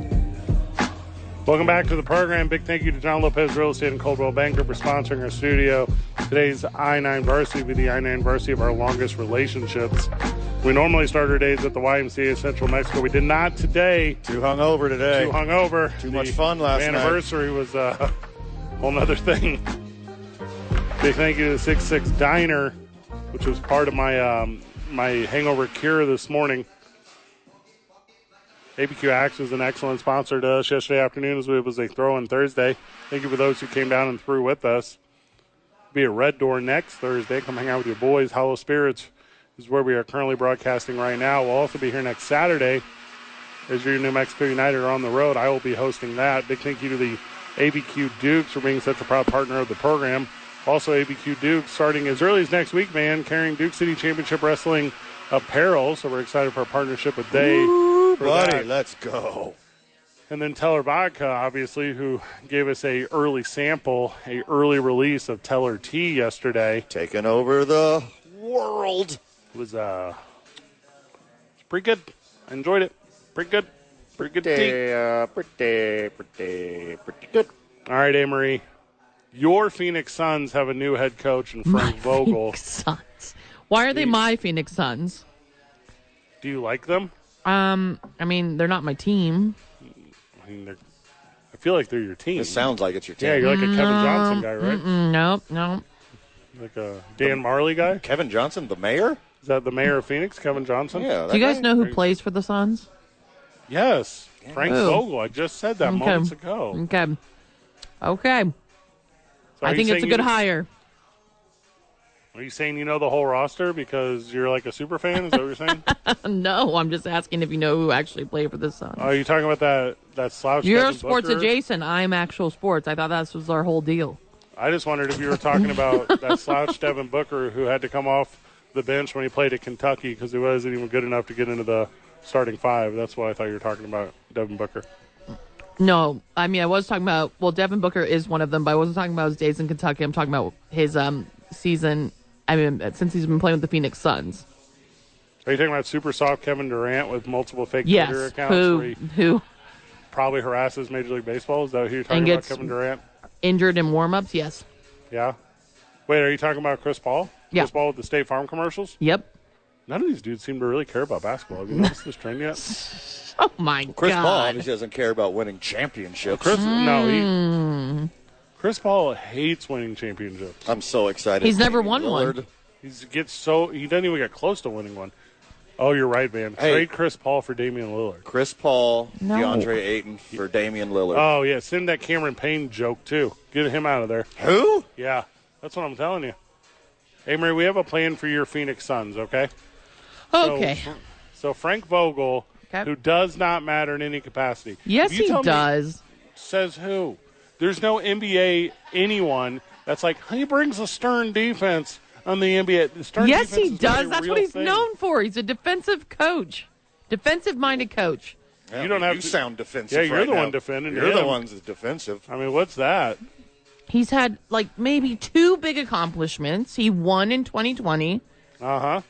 Speaker 1: Welcome back to the program. Big thank you to John Lopez Real Estate and Coldwell Banker for sponsoring our studio. Today's I 9 varsity will be the I 9 varsity of our longest relationships. We normally start our days at the YMCA Central Mexico. We did not today.
Speaker 2: Too hungover today.
Speaker 1: Too hungover.
Speaker 2: Too much fun last night.
Speaker 1: anniversary was a whole nother thing. Big thank you to the Six Six Diner, which was part of my um, my hangover cure this morning. ABQ Axe was an excellent sponsor to us yesterday afternoon as it was a throw-in Thursday. Thank you for those who came down and threw with us. Be at Red Door next Thursday. Come hang out with your boys. Hollow Spirits is where we are currently broadcasting right now. We'll also be here next Saturday as your New Mexico United are on the road. I will be hosting that. Big thank you to the ABQ Dukes for being such a proud partner of the program. Also, ABQ Dukes starting as early as next week, man, carrying Duke City Championship Wrestling apparel. So we're excited for our partnership with they. for
Speaker 2: Buddy,
Speaker 1: that.
Speaker 2: let's go.
Speaker 1: And then Teller Vodka, obviously, who gave us a early sample, a early release of Teller Tea yesterday.
Speaker 2: Taking over the world.
Speaker 1: It was uh, it's pretty good. I enjoyed it. Pretty good. Pretty good tea.
Speaker 5: Pretty, uh, pretty, pretty, pretty good.
Speaker 1: All right, Amory. Your Phoenix Suns have a new head coach in Frank Vogel.
Speaker 3: Phoenix Suns. Why are they my Phoenix Suns?
Speaker 1: Do you like them?
Speaker 3: Um, I mean, they're not my team.
Speaker 1: I mean, they're, I feel like they're your team.
Speaker 2: It sounds like it's your team.
Speaker 1: yeah, you're like a Kevin
Speaker 3: Mm-hmm.
Speaker 1: Johnson guy, right?
Speaker 3: Mm, Nope, no. Mm-hmm.
Speaker 1: Like a Dan Marley guy.
Speaker 2: Kevin Johnson, the mayor?
Speaker 1: Is that the mayor of Phoenix, Kevin Johnson?
Speaker 2: Yeah.
Speaker 3: Do you
Speaker 2: that
Speaker 3: guys
Speaker 2: guy?
Speaker 3: know who plays for the Suns?
Speaker 1: Yes, Frank
Speaker 3: Oh.
Speaker 1: Vogel. I just said that
Speaker 3: Okay.
Speaker 1: moments ago.
Speaker 3: Okay. Okay.
Speaker 1: So are
Speaker 3: I
Speaker 1: you
Speaker 3: think it's a
Speaker 1: saying
Speaker 3: good
Speaker 1: you-
Speaker 3: hire.
Speaker 1: Are you saying you know the whole roster because you're like a super fan? Is that what you're saying?
Speaker 3: No, I'm just asking if you know who actually played for the Suns.
Speaker 1: are you talking about that that slouch?
Speaker 3: You're
Speaker 1: Uh, Devin
Speaker 3: sports
Speaker 1: Booker?
Speaker 3: adjacent. I'm actual sports. I thought that was our whole deal.
Speaker 1: I just wondered if you were talking about that slouch Devin Booker who had to come off the bench when he played at Kentucky because he wasn't even good enough to get into the starting five. That's why I thought you were talking about Devin Booker.
Speaker 3: No, I mean I was talking about. Well, Devin Booker is one of them, but I wasn't talking about his days in Kentucky. I'm talking about his um season. I mean, since he's been playing with the Phoenix Suns.
Speaker 1: Are you talking about super soft Kevin Durant with multiple fake Twitter
Speaker 3: Yes,
Speaker 1: accounts where
Speaker 3: who
Speaker 1: he
Speaker 3: who
Speaker 1: probably harasses Major League Baseball? Is that who you're talking about,
Speaker 3: gets-
Speaker 1: Kevin Durant?
Speaker 3: injured in warm-ups? Yes.
Speaker 1: Yeah. Wait, are you talking about Chris Paul?
Speaker 3: Yeah.
Speaker 1: Chris Paul with the State Farm commercials?
Speaker 3: Yep.
Speaker 1: None of these dudes seem to really care about basketball. Have you noticed this trend yet?
Speaker 3: Oh my
Speaker 2: Chris Paul
Speaker 3: god.
Speaker 2: obviously doesn't care about winning championships.
Speaker 1: Chris, no, he,
Speaker 3: Hmm.
Speaker 1: Chris Paul hates winning championships.
Speaker 2: I'm so excited.
Speaker 3: He's never
Speaker 2: Damian
Speaker 3: won one.
Speaker 2: Lillard.
Speaker 1: He's gets so he doesn't even get close to winning one. Oh, you're right, man.
Speaker 2: Hey.
Speaker 1: Trade Chris Paul for Damian Lillard.
Speaker 2: Chris Paul,
Speaker 3: No.
Speaker 2: DeAndre Ayton for Damian Lillard.
Speaker 1: Oh yeah, send that Cameron Payne joke too. Get him out of there.
Speaker 2: Who?
Speaker 1: Yeah, that's what I'm telling you. Hey, Mary, we have a plan for your Phoenix Suns, okay? So-
Speaker 3: Okay.
Speaker 1: So Frank Vogel,
Speaker 3: Okay.
Speaker 1: who does not matter in any capacity.
Speaker 3: Yes,
Speaker 1: If you
Speaker 3: he
Speaker 1: tell me-
Speaker 3: does.
Speaker 1: says who? There's no NBA anyone that's like he brings a stern defense on the NBA. The stern
Speaker 3: Yes,
Speaker 1: defense
Speaker 3: he
Speaker 1: is not
Speaker 3: does.
Speaker 1: a
Speaker 3: That's
Speaker 1: real
Speaker 3: what he's
Speaker 1: thing.
Speaker 3: known for. He's a defensive coach, defensive-minded coach.
Speaker 2: Yeah,
Speaker 1: You don't have
Speaker 2: you
Speaker 1: to-
Speaker 2: sound defensive.
Speaker 1: Yeah, you're
Speaker 2: right
Speaker 1: the
Speaker 2: now.
Speaker 1: one defending
Speaker 2: You're the
Speaker 1: him.
Speaker 2: one that's defensive.
Speaker 1: I mean, what's that?
Speaker 3: He's had like maybe two big accomplishments. He won in 2020
Speaker 1: Uh huh.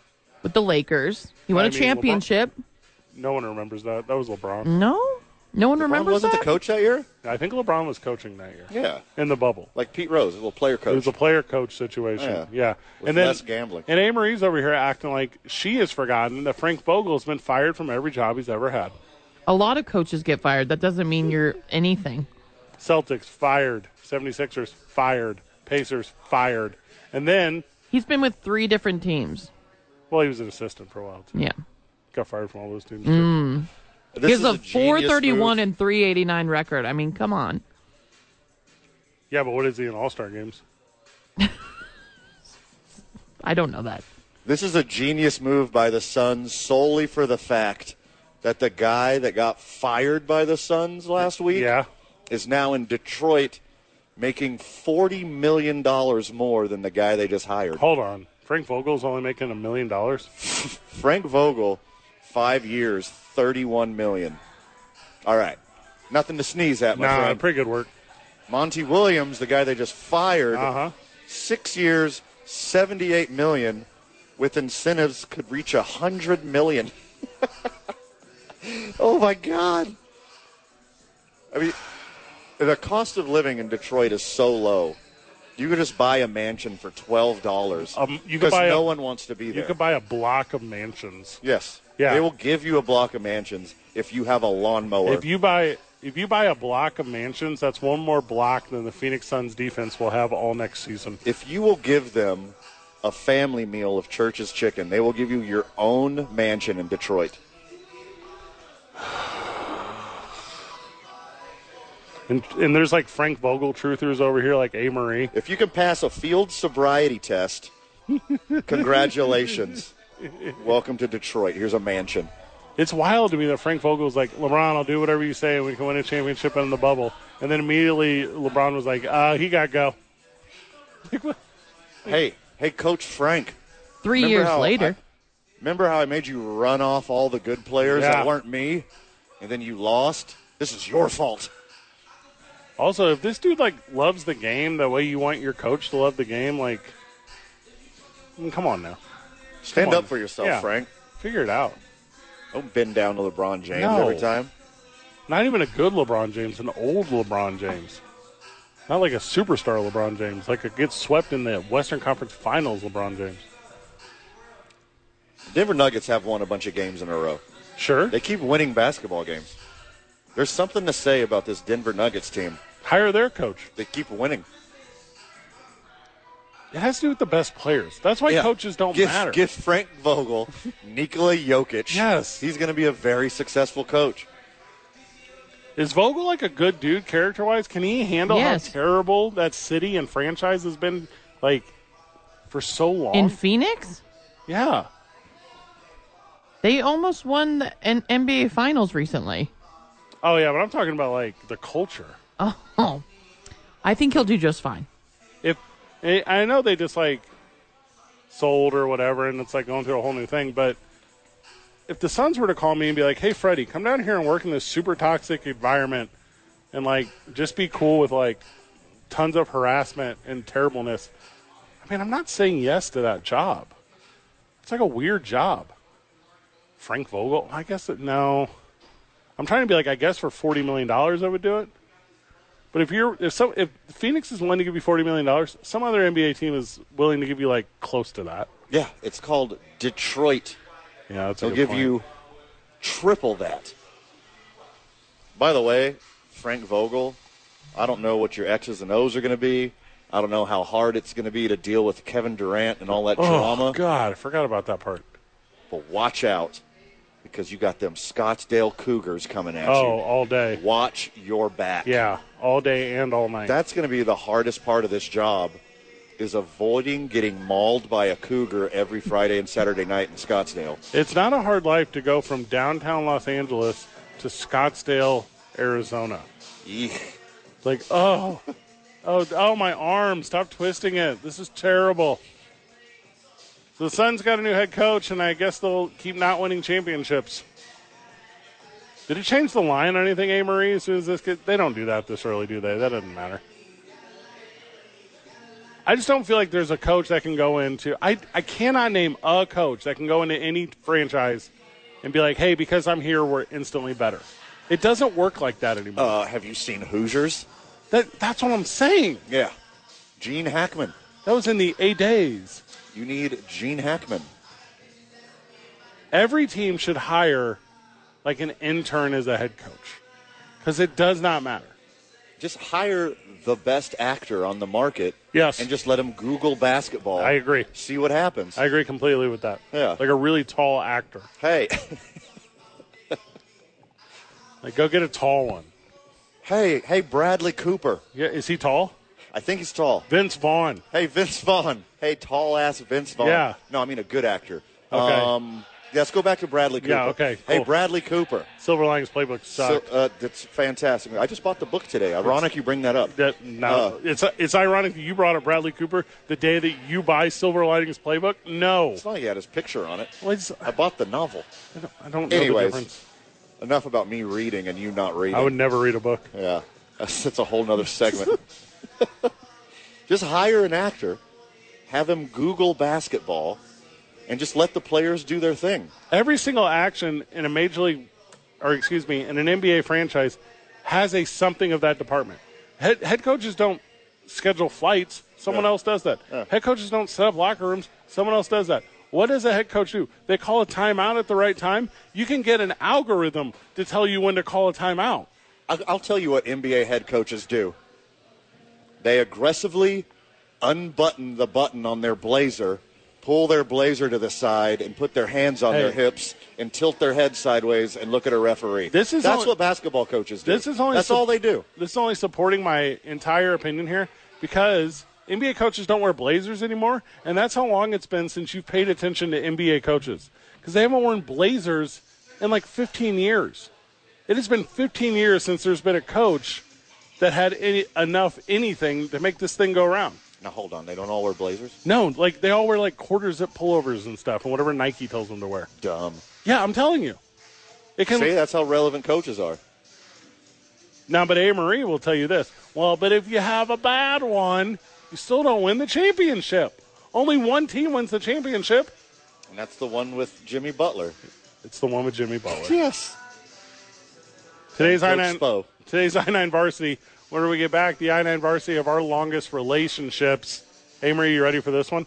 Speaker 3: with the Lakers. He won
Speaker 1: I
Speaker 3: a
Speaker 1: mean,
Speaker 3: championship.
Speaker 1: No one remembers that. That was LeBron.
Speaker 3: No, no one remembers
Speaker 2: wasn't
Speaker 3: that.
Speaker 2: the coach that year?
Speaker 1: I think LeBron was coaching that year
Speaker 2: Yeah,
Speaker 1: in the bubble.
Speaker 2: like Pete Rose, a little player
Speaker 1: It
Speaker 2: coach.
Speaker 1: was a player coach situation.
Speaker 2: Oh, Yeah.
Speaker 1: Yeah.
Speaker 2: With less gambling.
Speaker 1: And Anne Marie's over here acting like she has forgotten that Frank Vogel's been fired from every job he's ever had.
Speaker 3: a lot of coaches get fired. That doesn't mean you're anything.
Speaker 1: Celtics fired. 76ers fired. Pacers fired. And then,
Speaker 3: He's been with three different teams.
Speaker 1: well, he was an assistant for a while, too.
Speaker 3: Yeah.
Speaker 2: Hmm.
Speaker 1: Got fired from all those teams, too.
Speaker 2: This
Speaker 3: He has
Speaker 2: is
Speaker 3: a
Speaker 2: genius
Speaker 3: 431
Speaker 2: move.
Speaker 3: and 389 record. I mean, come on.
Speaker 1: Yeah, but what is he in All Star games?
Speaker 3: I don't know that.
Speaker 2: This is a genius move by the Suns solely for the fact that the guy that got fired by the Suns last week
Speaker 1: Yeah.
Speaker 2: is now in Detroit making $40 million more than the guy they just hired.
Speaker 1: Hold on. Frank Vogel's only making a million dollars.
Speaker 2: Frank Vogel, five years, $31 million. All right. Nothing to sneeze at, my
Speaker 1: Nah,
Speaker 2: friend.
Speaker 1: pretty good work.
Speaker 2: Monty Williams, the guy they just fired,
Speaker 1: Uh huh.
Speaker 2: six years, 78 million, with incentives could reach 100 million. oh my God! I mean, the cost of living in Detroit is so low. You could just buy a mansion for twelve dollars
Speaker 1: Um, you could
Speaker 2: because
Speaker 1: buy a-
Speaker 2: no one wants to be
Speaker 1: You
Speaker 2: there.
Speaker 1: could buy a block of mansions.
Speaker 2: yes,
Speaker 1: Yeah.
Speaker 2: They will give you a block of mansions if you have a lawnmower.
Speaker 1: If you buy if you buy a block of mansions, that's one more block than the Phoenix Suns defense will have all next season.
Speaker 2: if you will give them a family meal of Church's chicken, they will give you your own mansion in Detroit.
Speaker 1: And and there's like Frank Vogel truthers over here, like A. Marie.
Speaker 2: If you can pass a field sobriety test, congratulations. Welcome to Detroit. Here's a mansion.
Speaker 1: It's wild to me that Frank Vogel's like LeBron. I'll do whatever you say. We can win a championship in the bubble. And then immediately LeBron was like, "Uh, he got to go."
Speaker 2: Hey, hey, Coach Frank.
Speaker 3: Three
Speaker 2: Remember
Speaker 3: years
Speaker 2: how
Speaker 3: later.
Speaker 2: Remember how I made you run off all the good players
Speaker 1: Yeah.
Speaker 2: that weren't me, and then you lost? This is your fault.
Speaker 1: Also, if this dude like loves the game the way you want your coach to love the game, like, I mean, come on now,
Speaker 2: Stand
Speaker 1: Come
Speaker 2: up
Speaker 1: on.
Speaker 2: for yourself,
Speaker 1: Yeah.
Speaker 2: Frank.
Speaker 1: figure it out.
Speaker 2: Don't bend down to LeBron James
Speaker 1: No.
Speaker 2: every time.
Speaker 1: Not even a good LeBron James, an old LeBron James. Not like a superstar LeBron James, like a get swept in the Western Conference Finals LeBron James.
Speaker 2: Denver Nuggets have won a bunch of games in a row.
Speaker 1: Sure.
Speaker 2: They keep winning basketball games. There's something to say about this Denver Nuggets team.
Speaker 1: Hire their coach.
Speaker 2: They keep winning.
Speaker 1: It has to do with the best players. That's why
Speaker 2: Yeah.
Speaker 1: coaches don't
Speaker 2: give,
Speaker 1: matter.
Speaker 2: Give Frank Vogel Nikola Jokic.
Speaker 1: Yes.
Speaker 2: He's going to be a very successful coach.
Speaker 1: Is Vogel like a good dude character wise? Can he handle
Speaker 3: Yes.
Speaker 1: how terrible that city and franchise has been like for so long?
Speaker 3: In Phoenix?
Speaker 1: yeah.
Speaker 3: They almost won the N- NBA Finals recently.
Speaker 1: Oh yeah, but I'm talking about like the culture.
Speaker 3: Oh, I think he'll do just fine.
Speaker 1: if I I know they just like sold or whatever, and it's like going through a whole new thing. But if the Suns were to call me and be like, "Hey, Freddie, come down here and work in this super toxic environment, and like just be cool with like tons of harassment and terribleness," I mean, I'm not saying yes to that job. It's like a weird job. Frank Vogel, I guess it, no. I'm trying to be like, I guess for forty million dollars, I would do it. But if you're if some if Phoenix is willing to give you forty million dollars, some other NBA team is willing to give you like close to that.
Speaker 2: Yeah, it's called Detroit.
Speaker 1: Yeah, that's a good
Speaker 2: They'll give
Speaker 1: point.
Speaker 2: you triple that. By the way, Frank Vogel, I don't know what your X's and O's are going to be. I don't know how hard it's going to be to deal with Kevin Durant and all that
Speaker 1: oh,
Speaker 2: drama.
Speaker 1: God, I forgot about that part.
Speaker 2: But watch out because you got them Scottsdale Cougars coming at
Speaker 1: Oh, all day.
Speaker 2: you. Watch your back.
Speaker 1: Yeah, all day and all night.
Speaker 2: That's going to be the hardest part of this job is avoiding getting mauled by a cougar every Friday and Saturday night in Scottsdale.
Speaker 1: it's not a hard life to go from downtown Los Angeles to Scottsdale, Arizona.
Speaker 2: Eek.
Speaker 1: It's like, oh, oh, oh, my arm! Stop twisting it. This is terrible. So the Suns got a new head coach, and I guess they'll keep not winning championships. Did it change the line or anything, A. Marie? As soon as this, get, they don't do that this early, do they? That doesn't matter. I just don't feel like there's a coach that can go into. I I cannot name a coach that can go into any franchise and be like, hey, because I'm here, we're instantly better. It doesn't work like that anymore.
Speaker 2: Uh, have you seen Hoosiers?
Speaker 1: That, that's what I'm saying.
Speaker 2: Yeah. Gene Hackman.
Speaker 1: That was in the A days.
Speaker 2: You need Gene Hackman.
Speaker 1: Every team should hire like an intern as a head coach because it does not matter.
Speaker 2: Just hire the best actor on the market.
Speaker 1: Yes.
Speaker 2: And just let him Google basketball.
Speaker 1: I agree.
Speaker 2: See what happens.
Speaker 1: I agree completely with that.
Speaker 2: Yeah.
Speaker 1: Like a really tall actor.
Speaker 2: hey.
Speaker 1: Like, go get a tall one.
Speaker 2: Hey, hey, Bradley Cooper.
Speaker 1: Yeah, is he tall?
Speaker 2: I think he's tall.
Speaker 1: Vince Vaughn.
Speaker 2: Hey, Vince Vaughn. Hey, tall ass Vince Vaughn.
Speaker 1: Yeah.
Speaker 2: No, I mean a good actor.
Speaker 1: Okay.
Speaker 2: Um, let's go back to Bradley Cooper.
Speaker 1: Yeah, okay,
Speaker 2: Hey,
Speaker 1: cool.
Speaker 2: Bradley Cooper.
Speaker 1: Silver Linings Playbook
Speaker 2: So,
Speaker 1: sucked.
Speaker 2: uh, that's fantastic. I just bought the book today. Ironic you bring that up.
Speaker 1: that no,
Speaker 2: Uh,
Speaker 1: it's it's ironic that you brought up Bradley Cooper the day that you buy Silver Linings Playbook. No,
Speaker 2: it's not yet his picture on it.
Speaker 1: Well, it's-
Speaker 2: I bought the novel.
Speaker 1: I don't know the
Speaker 2: Anyways,
Speaker 1: difference.
Speaker 2: enough about me reading and you not reading.
Speaker 1: I would never read a book.
Speaker 2: Yeah, that's, that's a whole nother segment. just hire an actor, have him Google basketball, and just let the players do their thing.
Speaker 1: Every single action in a major league, or excuse me, in an NBA franchise, has a something of that department. Head, head coaches don't schedule flights. Someone
Speaker 2: Yeah.
Speaker 1: else does that.
Speaker 2: Yeah.
Speaker 1: Head coaches don't set up locker rooms. Someone else does that. What does a head coach do? They call a timeout at the right time. You can get an algorithm to tell you when to call a timeout.
Speaker 2: I'll, I'll tell you what NBA head coaches do. They aggressively unbutton the button on their blazer, pull their blazer to the side, and put their hands on
Speaker 1: Hey.
Speaker 2: their hips and tilt their head sideways and look at a referee.
Speaker 1: This is
Speaker 2: that's
Speaker 1: only-
Speaker 2: what basketball coaches do.
Speaker 1: This is only
Speaker 2: that's
Speaker 1: sup-
Speaker 2: all they do.
Speaker 1: This is only supporting my entire opinion here because NBA coaches don't wear blazers anymore, and that's how long it's been since you've paid attention to NBA coaches because they haven't worn blazers in like 15 years. It has been 15 years since there's been a coach that had any, enough anything to make this thing go around.
Speaker 2: Now hold on, they don't all wear blazers.
Speaker 1: No, like they all wear like quarter zip pullovers and stuff, and whatever Nike tells them to wear.
Speaker 2: Dumb.
Speaker 1: Yeah, I'm telling you, it can.
Speaker 2: See, that's how relevant coaches are.
Speaker 1: Now, but A. Marie will tell you this. Well, but if you have a bad one, you still don't win the championship. Only one team wins the championship.
Speaker 2: And that's the one with Jimmy Butler.
Speaker 1: It's the one with Jimmy Butler.
Speaker 2: Yes.
Speaker 1: Today's I
Speaker 2: Coach
Speaker 1: nine.
Speaker 2: Spo.
Speaker 1: Today's I nine varsity. When we get back, the I nine varsity of our longest relationships. A. Marie, you ready for this one?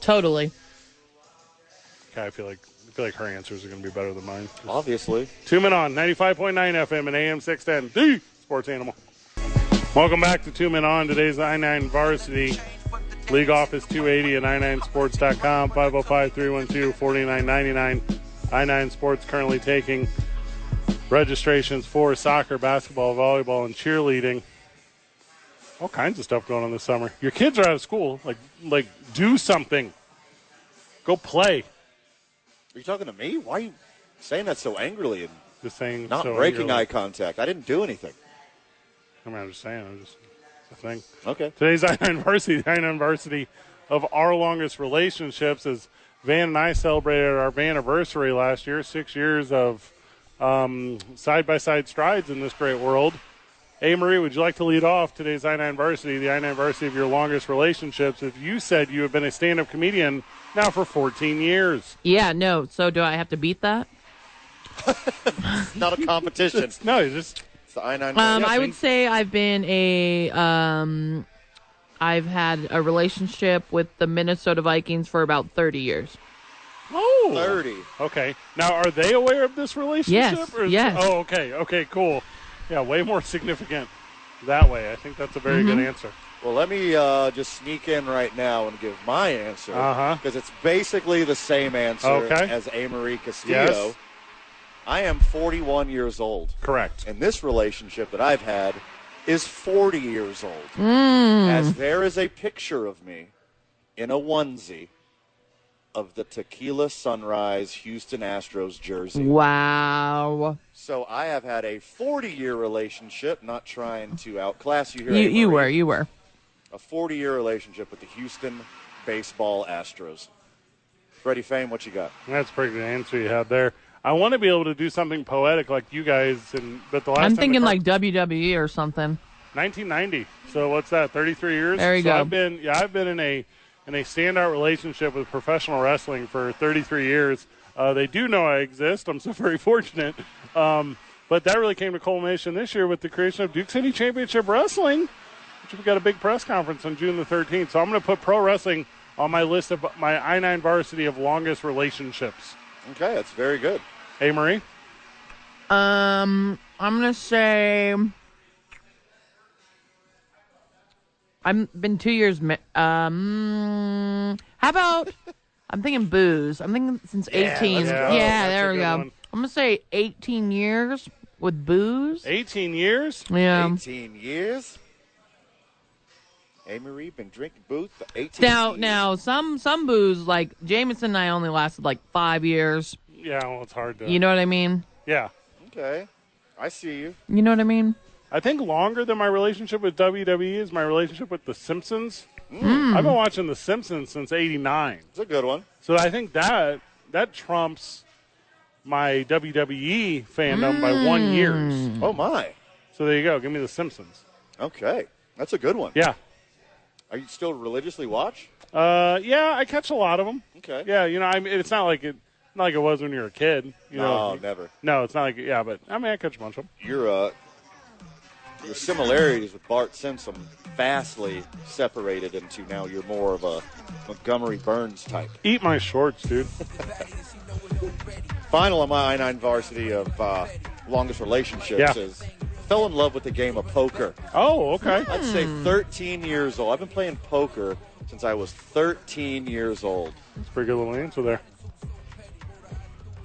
Speaker 3: Totally.
Speaker 1: Okay, I feel like I feel like her answers are going to be better than mine.
Speaker 2: Obviously.
Speaker 1: Two men on 95.9 FM and AM 610, the sports animal. Welcome back to Two Men On. Today's I 9 varsity. League office 280 at i9sports.com, 505 312 4999. I 9 Sports currently taking registrations for soccer, basketball, volleyball, and cheerleading. All kinds of stuff going on this summer. Your kids are out of school. Like, like do something. Go play.
Speaker 2: Are you talking to me? Why are you saying that so angrily and
Speaker 1: Just saying.
Speaker 2: not
Speaker 1: so
Speaker 2: breaking
Speaker 1: angrily.
Speaker 2: eye contact? I didn't do anything.
Speaker 1: I mean, I'm just saying. I'm just it's a thing.
Speaker 2: Okay.
Speaker 1: Today's I9 Varsity, the I9 Varsity of our longest relationships is Van and I celebrated our anniversary last year, six years of um, side-by-side strides in this great world. A. Marie, would you like to lead off today's I9 Varsity, the I9 Varsity of your longest relationships? If you said you have been a stand-up comedian now for 14 years.
Speaker 3: Yeah, no. So do I have to beat that?
Speaker 2: It's not a competition. it's
Speaker 1: No, it's just
Speaker 2: the I nine.
Speaker 3: Um,
Speaker 1: Yeah,
Speaker 3: I
Speaker 1: so-
Speaker 3: would say I've been a um, I've had a relationship with the Minnesota Vikings for about thirty years.
Speaker 1: oh,
Speaker 2: thirty.
Speaker 1: Okay. Now, are they aware of this relationship?
Speaker 3: Yes,
Speaker 1: is-
Speaker 3: yes.
Speaker 1: Oh, okay. Okay. Cool. Yeah. Way more significant that way. I think that's a very
Speaker 3: Mm-hmm.
Speaker 1: good answer.
Speaker 2: Well, let me uh, just sneak in right now and give my answer
Speaker 1: Uh-huh.
Speaker 2: because it's basically the same answer
Speaker 1: Okay.
Speaker 2: as Amory Castillo.
Speaker 1: Yes.
Speaker 2: I am 41 years old,
Speaker 1: Correct.
Speaker 2: and this relationship that I've had is 40 years old.
Speaker 3: Hmm.
Speaker 2: As there is a picture of me in a onesie of the Tequila Sunrise Houston Astros jersey.
Speaker 3: Wow,
Speaker 2: So I have had a 40 year relationship, not trying to outclass you here.
Speaker 3: you you
Speaker 2: Amory.
Speaker 3: were you were.
Speaker 2: A 40 year relationship with the Houston baseball Astros. Freddie Fame, what you got?
Speaker 1: That's a pretty good answer you had there. I want to be able to do something poetic like you guys, and but the last
Speaker 3: I'm
Speaker 1: time
Speaker 3: thinking
Speaker 1: the-
Speaker 3: like WWE or something.
Speaker 1: 1990. So what's that? 33 years.
Speaker 3: There you
Speaker 1: so
Speaker 3: go.
Speaker 1: I've been yeah, I've been in a in a standout relationship with professional wrestling for 33 years. Uh, they do know I exist. I'm so very fortunate. Um, but that really came to culmination this year with the creation of Duke City Championship Wrestling, which we got a big press conference on June the 13th. So I'm going to put pro wrestling on my list of my I9 varsity of longest relationships.
Speaker 2: Okay, that's very good.
Speaker 1: Hey, Marie.
Speaker 3: Um, I'm gonna say I've been two years. ma- Um, how about I'm thinking booze. I'm thinking since 18.
Speaker 1: that's
Speaker 3: Yeah,
Speaker 1: a- that's a
Speaker 3: there we
Speaker 1: good
Speaker 3: go.
Speaker 1: one.
Speaker 3: I'm gonna say 18 years with booze.
Speaker 1: 18 years?
Speaker 3: Yeah.
Speaker 2: 18 years. Amory been drinking booze for 18
Speaker 3: Now,
Speaker 2: years.
Speaker 3: now some some booze like Jameson and I only lasted like five years.
Speaker 1: Yeah, well, it's hard to.
Speaker 3: You know what I mean?
Speaker 1: yeah.
Speaker 2: Okay. I see you.
Speaker 3: You know what I mean?
Speaker 1: I think longer than my relationship with WWE is my relationship with The Simpsons. I've been watching The Simpsons since 89.
Speaker 2: It's a good one.
Speaker 1: So I think that that trumps my WWE fandom by one years.
Speaker 2: Oh, my.
Speaker 1: So there you go. Give me The Simpsons.
Speaker 2: Okay. That's a good one.
Speaker 1: Yeah.
Speaker 2: Are you still religiously watch?
Speaker 1: Uh, yeah, I catch a lot of them.
Speaker 2: Okay.
Speaker 1: Yeah, you know, I mean, it's not like it, not like it was when you were a kid. You
Speaker 2: No,
Speaker 1: know,
Speaker 2: Oh, never.
Speaker 1: No, it's not like yeah, but I mean, I catch a bunch of them.
Speaker 2: Your uh, your similarities with Bart Simpson vastly separated into now you're more of a Montgomery Burns type.
Speaker 1: Eat my shorts, dude.
Speaker 2: Final on my I-9 varsity of uh, longest relationships
Speaker 1: Yeah.
Speaker 2: is fell in love with the game of poker.
Speaker 1: Oh, okay.
Speaker 2: I'd say 13 years old. I've been playing poker since I was 13 years old.
Speaker 1: That's a pretty good little answer there.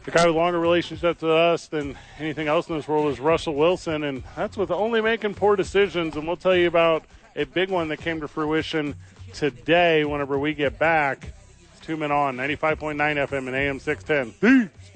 Speaker 1: The guy with longer relationship to us than anything else in this world is Russell Wilson, and that's with only making poor decisions. And we'll tell you about a big one that came to fruition today whenever we get back. It's two men on 95.9 FM and AM 610. The Sports